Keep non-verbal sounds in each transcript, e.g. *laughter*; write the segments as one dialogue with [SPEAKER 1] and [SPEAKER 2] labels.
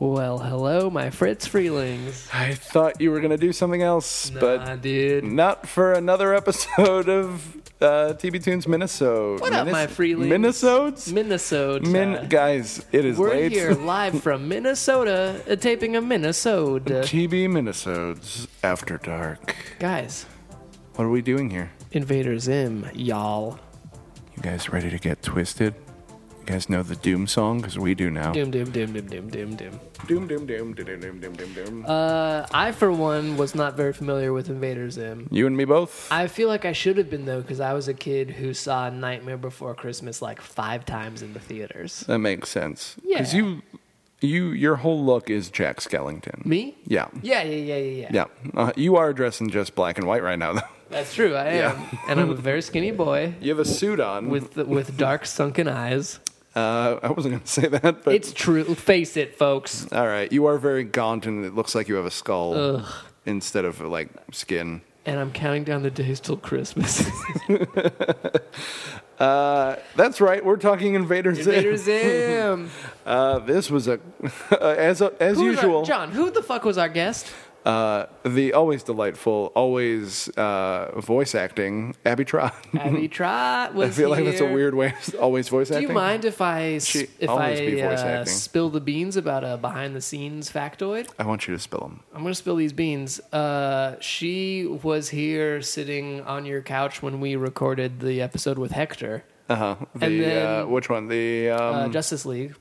[SPEAKER 1] Well, hello, my Fritz Freelings.
[SPEAKER 2] I thought you were going to do something else,
[SPEAKER 1] nah,
[SPEAKER 2] but
[SPEAKER 1] dude.
[SPEAKER 2] not for another episode of uh, TB Tunes Minnesota.
[SPEAKER 1] What up, my Freelings?
[SPEAKER 2] Minnesotes?
[SPEAKER 1] Minnesota.
[SPEAKER 2] Min- guys, it is
[SPEAKER 1] We're
[SPEAKER 2] late. *laughs*
[SPEAKER 1] here live from Minnesota, uh, taping a Minnesota.
[SPEAKER 2] TB Minnesotes After Dark.
[SPEAKER 1] Guys,
[SPEAKER 2] What are we doing here?
[SPEAKER 1] Invader Zim, y'all.
[SPEAKER 2] You guys ready to get twisted? You guys know the Doom song? Because we do now.
[SPEAKER 1] Doom, doom, doom, doom, doom, doom, doom.
[SPEAKER 2] Doom, doom, doom, doom, doom, doom, doom, doom, doom.
[SPEAKER 1] Uh, I, for one, was not very familiar with Invader Zim.
[SPEAKER 2] you and me both?
[SPEAKER 1] I feel like I should have been, though, because I was a kid who saw Nightmare Before Christmas like five times in the theaters.
[SPEAKER 2] that makes sense. Because
[SPEAKER 1] Yeah.
[SPEAKER 2] you, you, your whole look is Jack Skellington.
[SPEAKER 1] Me?
[SPEAKER 2] Yeah.
[SPEAKER 1] Yeah, yeah, yeah, yeah, yeah.
[SPEAKER 2] Yeah, uh, you are dressed in just black and white right now. Though *laughs*
[SPEAKER 1] That's true, I am. And I'm a very skinny boy.
[SPEAKER 2] you have a suit on.
[SPEAKER 1] with with dark sunken eyes.
[SPEAKER 2] uh, I wasn't going to say that, *laughs* but
[SPEAKER 1] It's true. Face it, folks.
[SPEAKER 2] all right. You are very gaunt, and it looks like you have a skull instead of like skin.
[SPEAKER 1] And I'm counting down the days till
[SPEAKER 2] *laughs*
[SPEAKER 1] Christmas. *laughs*
[SPEAKER 2] Uh, that's right. We're talking Invader
[SPEAKER 1] Invader
[SPEAKER 2] Zim.
[SPEAKER 1] Zim.
[SPEAKER 2] Uh, this was a *laughs* as *laughs* as
[SPEAKER 1] Who's our-
[SPEAKER 2] usual.
[SPEAKER 1] John, who the fuck was our guest?
[SPEAKER 2] *laughs* uh, the always delightful, always uh, voice acting Abby *laughs* Trot.
[SPEAKER 1] Abby Trot
[SPEAKER 2] I
[SPEAKER 1] was
[SPEAKER 2] feel like that's a
[SPEAKER 1] here.
[SPEAKER 2] weird way. of Always voice
[SPEAKER 1] Do
[SPEAKER 2] acting.
[SPEAKER 1] you mind if I s-
[SPEAKER 2] She
[SPEAKER 1] if
[SPEAKER 2] always be
[SPEAKER 1] I
[SPEAKER 2] voice
[SPEAKER 1] uh,
[SPEAKER 2] acting.
[SPEAKER 1] spill the beans about a behind the scenes factoid?
[SPEAKER 2] I want you to spill them.
[SPEAKER 1] I'm gonna spill these beans. Uh, she was here sitting on your couch when we recorded the episode with Hector,
[SPEAKER 2] Uh-huh. The,
[SPEAKER 1] And then-
[SPEAKER 2] uh, which one? The um,
[SPEAKER 1] uh, Justice League.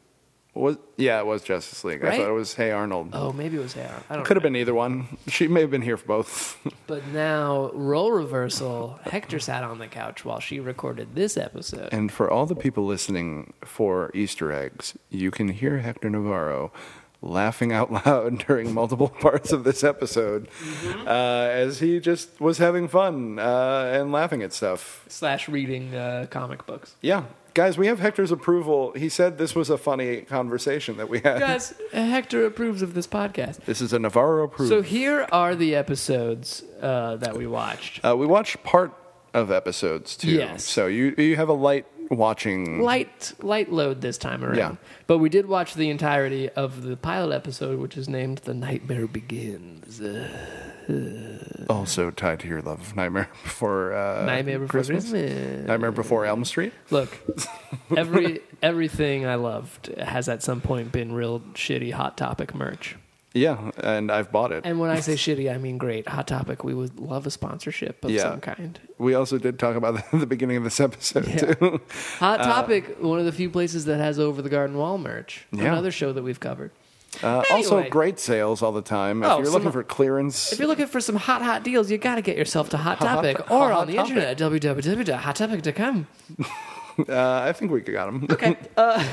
[SPEAKER 2] Was yeah, it was Justice League. I
[SPEAKER 1] Right?
[SPEAKER 2] thought it was Hey Arnold.
[SPEAKER 1] Oh, maybe it was Aaron. I don't
[SPEAKER 2] Could
[SPEAKER 1] know.
[SPEAKER 2] have been either one. She may have been here for both. *laughs*
[SPEAKER 1] But now, role reversal. Hector sat on the couch while she recorded this episode.
[SPEAKER 2] and for all the people listening for Easter eggs, you can hear Hector Navarro laughing out *laughs* loud during multiple *laughs* parts of this episode
[SPEAKER 1] Mm-hmm.
[SPEAKER 2] uh, as he just was having fun uh, and laughing at stuff.
[SPEAKER 1] Slash reading uh, comic books.
[SPEAKER 2] Yeah. Guys, we have Hector's approval. He said this was a funny conversation that we had.
[SPEAKER 1] Guys, Hector approves of this podcast.
[SPEAKER 2] This is a Navarro approval.
[SPEAKER 1] So here are the episodes uh, that we watched.
[SPEAKER 2] Uh, we watched part of episodes too.
[SPEAKER 1] Yes.
[SPEAKER 2] So you you have a light watching.
[SPEAKER 1] Light, light load this time around.
[SPEAKER 2] Yeah.
[SPEAKER 1] But we did watch the entirety of the pilot episode, which is named "The Nightmare Begins." Uh,
[SPEAKER 2] Also tied to your love of Nightmare *laughs* Before uh,
[SPEAKER 1] Nightmare Before Christmas.
[SPEAKER 2] Nightmare Before Elm Street.
[SPEAKER 1] Look, *laughs* every everything I loved has at some point been real shitty hot topic merch.
[SPEAKER 2] Yeah, and I've bought it.
[SPEAKER 1] And when I
[SPEAKER 2] *laughs*
[SPEAKER 1] say shitty, I mean great. Hot topic. We would love a sponsorship of
[SPEAKER 2] Yeah.
[SPEAKER 1] some kind.
[SPEAKER 2] we also did talk about *laughs* the, the beginning of this episode
[SPEAKER 1] Yeah.
[SPEAKER 2] too.
[SPEAKER 1] Hot
[SPEAKER 2] Uh,
[SPEAKER 1] topic. one of the few places that has over the garden wall merch.
[SPEAKER 2] Yeah.
[SPEAKER 1] Another show that we've covered.
[SPEAKER 2] Uh, Also,
[SPEAKER 1] Anyway.
[SPEAKER 2] great sales all the time. If
[SPEAKER 1] Oh,
[SPEAKER 2] you're
[SPEAKER 1] some-
[SPEAKER 2] looking for clearance,
[SPEAKER 1] If you're looking for some hot, hot deals, you got to get yourself to Hot
[SPEAKER 2] Hot
[SPEAKER 1] Topic
[SPEAKER 2] Top-
[SPEAKER 1] or
[SPEAKER 2] Hot
[SPEAKER 1] on the
[SPEAKER 2] Topic.
[SPEAKER 1] internet at www.hottopic.com.
[SPEAKER 2] uh, I think we
[SPEAKER 1] *laughs*
[SPEAKER 2] got *laughs* them.
[SPEAKER 1] Okay. Uh,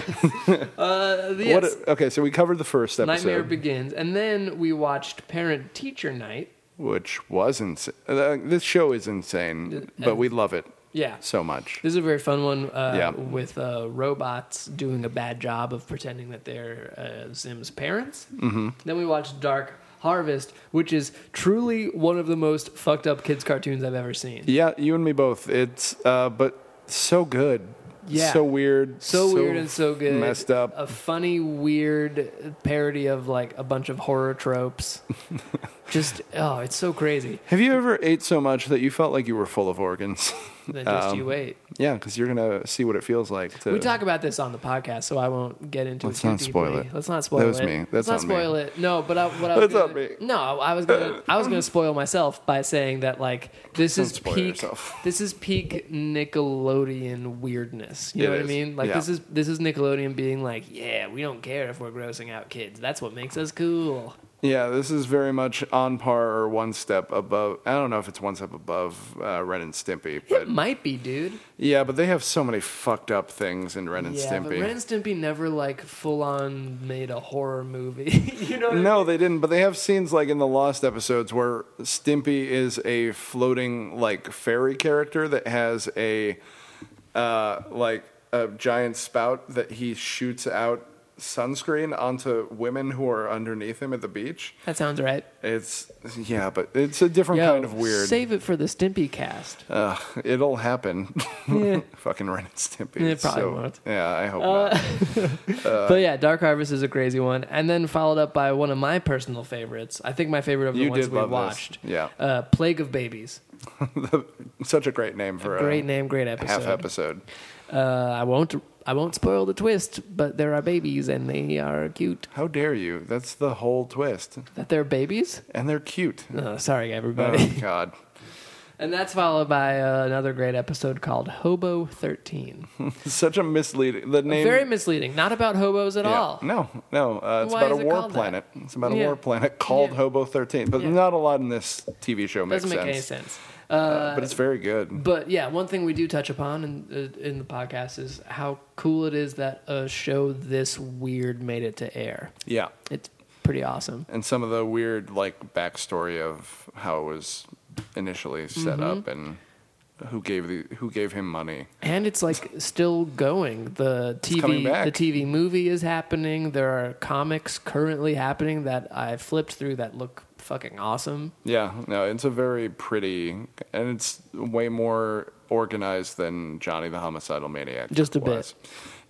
[SPEAKER 1] uh, yes.
[SPEAKER 2] okay, so we covered the first
[SPEAKER 1] Nightmare
[SPEAKER 2] episode,
[SPEAKER 1] begins. And then we watched Parent Teacher Night.
[SPEAKER 2] which was insane. Uh, this show is insane, but we love it
[SPEAKER 1] Yeah.
[SPEAKER 2] so much.
[SPEAKER 1] This is a very fun one uh,
[SPEAKER 2] Yeah.
[SPEAKER 1] with uh, robots doing a bad job of pretending that they're uh, Zim's parents. Mm-hmm. Then we watched Dark Harvest, which is truly one of the most fucked up kids' cartoons I've ever seen.
[SPEAKER 2] Yeah, you and me both. It's uh, but so good.
[SPEAKER 1] Yeah.
[SPEAKER 2] So weird.
[SPEAKER 1] So, weird and so good.
[SPEAKER 2] Messed up.
[SPEAKER 1] A funny, weird parody of like a bunch of horror
[SPEAKER 2] *laughs*
[SPEAKER 1] tropes. Just, oh, it's so crazy.
[SPEAKER 2] Have you ever ate so much that you felt like you were full of organs? *laughs*
[SPEAKER 1] Then just
[SPEAKER 2] Um,
[SPEAKER 1] you wait.
[SPEAKER 2] yeah, because you're gonna see what it feels like. To,
[SPEAKER 1] We talk about this on the podcast, so I won't get into
[SPEAKER 2] Let's
[SPEAKER 1] it. Too
[SPEAKER 2] not spoil
[SPEAKER 1] deeply.
[SPEAKER 2] it.
[SPEAKER 1] Let's not spoil
[SPEAKER 2] That was
[SPEAKER 1] it.
[SPEAKER 2] me. That's
[SPEAKER 1] Let's
[SPEAKER 2] on me.
[SPEAKER 1] not spoil it. No, but I, what I was
[SPEAKER 2] That's on
[SPEAKER 1] gonna-
[SPEAKER 2] me.
[SPEAKER 1] No, I was gonna. I was gonna spoil myself by saying that like this
[SPEAKER 2] Don't
[SPEAKER 1] is
[SPEAKER 2] spoil
[SPEAKER 1] peak.
[SPEAKER 2] yourself.
[SPEAKER 1] This is peak Nickelodeon weirdness. You know
[SPEAKER 2] It
[SPEAKER 1] what I
[SPEAKER 2] is.
[SPEAKER 1] mean? Like
[SPEAKER 2] Yeah.
[SPEAKER 1] this is this is Nickelodeon being like, yeah, we don't care if we're grossing out kids. That's what makes us cool.
[SPEAKER 2] yeah, this is very much on par or one step above. I don't know if it's one step above uh, Ren and Stimpy, but
[SPEAKER 1] It might be, dude.
[SPEAKER 2] yeah, but they have so many fucked up things in Ren and
[SPEAKER 1] yeah,
[SPEAKER 2] Stimpy.
[SPEAKER 1] but Ren and Stimpy never like full on made a horror movie. *laughs* you know? What I mean?
[SPEAKER 2] No, they didn't. But they have scenes like in the Lost episodes where Stimpy is a floating like fairy character that has a uh, like a giant spout that he shoots out sunscreen onto women who are underneath him at the beach.
[SPEAKER 1] That sounds right.
[SPEAKER 2] It's yeah, but it's a different
[SPEAKER 1] Yo,
[SPEAKER 2] kind of weird.
[SPEAKER 1] Save it for the Stimpy cast.
[SPEAKER 2] Ugh, it'll happen.
[SPEAKER 1] Yeah.
[SPEAKER 2] *laughs* Fucking Ren and Stimpy.
[SPEAKER 1] It
[SPEAKER 2] It's
[SPEAKER 1] probably
[SPEAKER 2] so-
[SPEAKER 1] won't.
[SPEAKER 2] Yeah, I hope
[SPEAKER 1] Uh,
[SPEAKER 2] not.
[SPEAKER 1] but yeah, Dark Harvest is a crazy one, and then followed up by one of my personal favorites. I think my favorite of the
[SPEAKER 2] You
[SPEAKER 1] ones
[SPEAKER 2] did
[SPEAKER 1] we
[SPEAKER 2] love this.
[SPEAKER 1] watched.
[SPEAKER 2] Yeah.
[SPEAKER 1] uh, Plague of Babies.
[SPEAKER 2] Such a great name for
[SPEAKER 1] Great
[SPEAKER 2] a
[SPEAKER 1] name, great episode.
[SPEAKER 2] half episode.
[SPEAKER 1] Uh, I won't. I won't spoil the twist, but there are babies, and they are cute.
[SPEAKER 2] How dare you? That's the whole twist.
[SPEAKER 1] That they're babies.
[SPEAKER 2] And
[SPEAKER 1] *laughs*
[SPEAKER 2] they're cute.
[SPEAKER 1] Uh, sorry, everybody.
[SPEAKER 2] Oh God.
[SPEAKER 1] *laughs*
[SPEAKER 2] *laughs*
[SPEAKER 1] And that's followed by uh, another great episode called Hobo 13.
[SPEAKER 2] Such a misleading. The name.
[SPEAKER 1] Very misleading. Not about hobos at
[SPEAKER 2] Yeah.
[SPEAKER 1] all.
[SPEAKER 2] No, no. Uh, it's
[SPEAKER 1] Why
[SPEAKER 2] about a
[SPEAKER 1] is it
[SPEAKER 2] war
[SPEAKER 1] called that?
[SPEAKER 2] planet. It's about a
[SPEAKER 1] Yeah.
[SPEAKER 2] war planet called
[SPEAKER 1] Yeah.
[SPEAKER 2] Hobo 13. But
[SPEAKER 1] Yeah.
[SPEAKER 2] not a lot in this TV show makes
[SPEAKER 1] Doesn't make
[SPEAKER 2] sense.
[SPEAKER 1] any sense. Uh,
[SPEAKER 2] Uh, but it's very good.
[SPEAKER 1] but yeah, one thing we do touch upon in, uh, in the podcast is how cool it is that a show this weird made it to air.
[SPEAKER 2] Yeah.
[SPEAKER 1] It's pretty awesome.
[SPEAKER 2] And some of the weird, like, backstory of how it was initially set
[SPEAKER 1] Mm-hmm.
[SPEAKER 2] up and who gave the who gave him money.
[SPEAKER 1] And it's like still going. The
[SPEAKER 2] coming
[SPEAKER 1] TV, the
[SPEAKER 2] back.
[SPEAKER 1] TV movie is happening. There are comics currently happening that I flipped through that look fucking awesome.
[SPEAKER 2] Yeah, no, it's a very pretty, and it's way more organized than Johnny the Homicidal Maniac.
[SPEAKER 1] Just a bit.
[SPEAKER 2] was.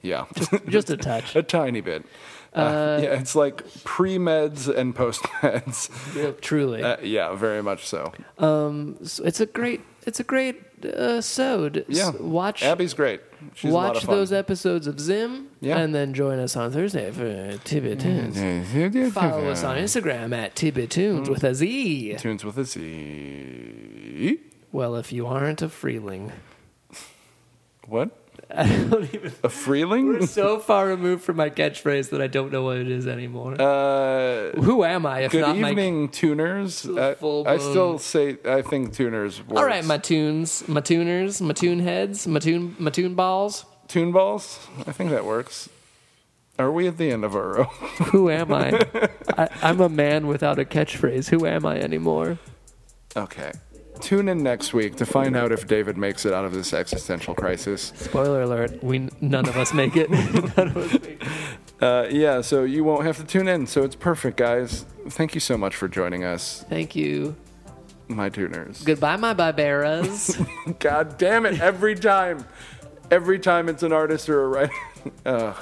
[SPEAKER 2] Yeah,
[SPEAKER 1] Just a touch.
[SPEAKER 2] *laughs* a tiny bit. Uh, yeah, it's like pre meds and post meds.
[SPEAKER 1] Truly.
[SPEAKER 2] Uh, yeah, very much so.
[SPEAKER 1] Um, so it's a great, it's a great uh, sode. S-
[SPEAKER 2] Yeah,
[SPEAKER 1] watch
[SPEAKER 2] Abby's great. She's a lot
[SPEAKER 1] watch
[SPEAKER 2] of fun.
[SPEAKER 1] those episodes of Zim,
[SPEAKER 2] Yeah.
[SPEAKER 1] and then join us on Thursday for Tibet Tunes. Follow us on Instagram at Tibet
[SPEAKER 2] Mm.
[SPEAKER 1] Tunes with a Z.
[SPEAKER 2] Tunes with a Z.
[SPEAKER 1] Well, if you aren't a freeling, *laughs*
[SPEAKER 2] What?
[SPEAKER 1] I don't even.
[SPEAKER 2] A freeling?
[SPEAKER 1] We're so far removed from my catchphrase that I don't know what it is anymore.
[SPEAKER 2] Uh,
[SPEAKER 1] Who am I if
[SPEAKER 2] good
[SPEAKER 1] not
[SPEAKER 2] evening, tuners. I,
[SPEAKER 1] full
[SPEAKER 2] I
[SPEAKER 1] blown-
[SPEAKER 2] still say I think tuners. Works.
[SPEAKER 1] my? All right, my tunes, my tuners, my tune heads, my tune, my tune balls.
[SPEAKER 2] Tune balls? I think that works. Are we at the end of our row? *laughs*
[SPEAKER 1] Who am I? I? I'm a man without a catchphrase. Who am I anymore?
[SPEAKER 2] okay. Tune in next week to find out if David makes it out of this existential crisis.
[SPEAKER 1] Spoiler alert: We none of us make it. *laughs* none of us make it.
[SPEAKER 2] Uh, yeah, so you won't have to tune in, so it's perfect, guys. Thank you so much for joining us,
[SPEAKER 1] Thank you.
[SPEAKER 2] my tuners.
[SPEAKER 1] Goodbye, my barbaras.
[SPEAKER 2] *laughs* God damn it, every time. Every time it's an artist or a writer. *laughs* Ugh.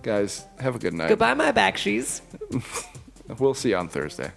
[SPEAKER 2] guys, have a good night.
[SPEAKER 1] Goodbye, my backshees.
[SPEAKER 2] We'll see you on Thursday.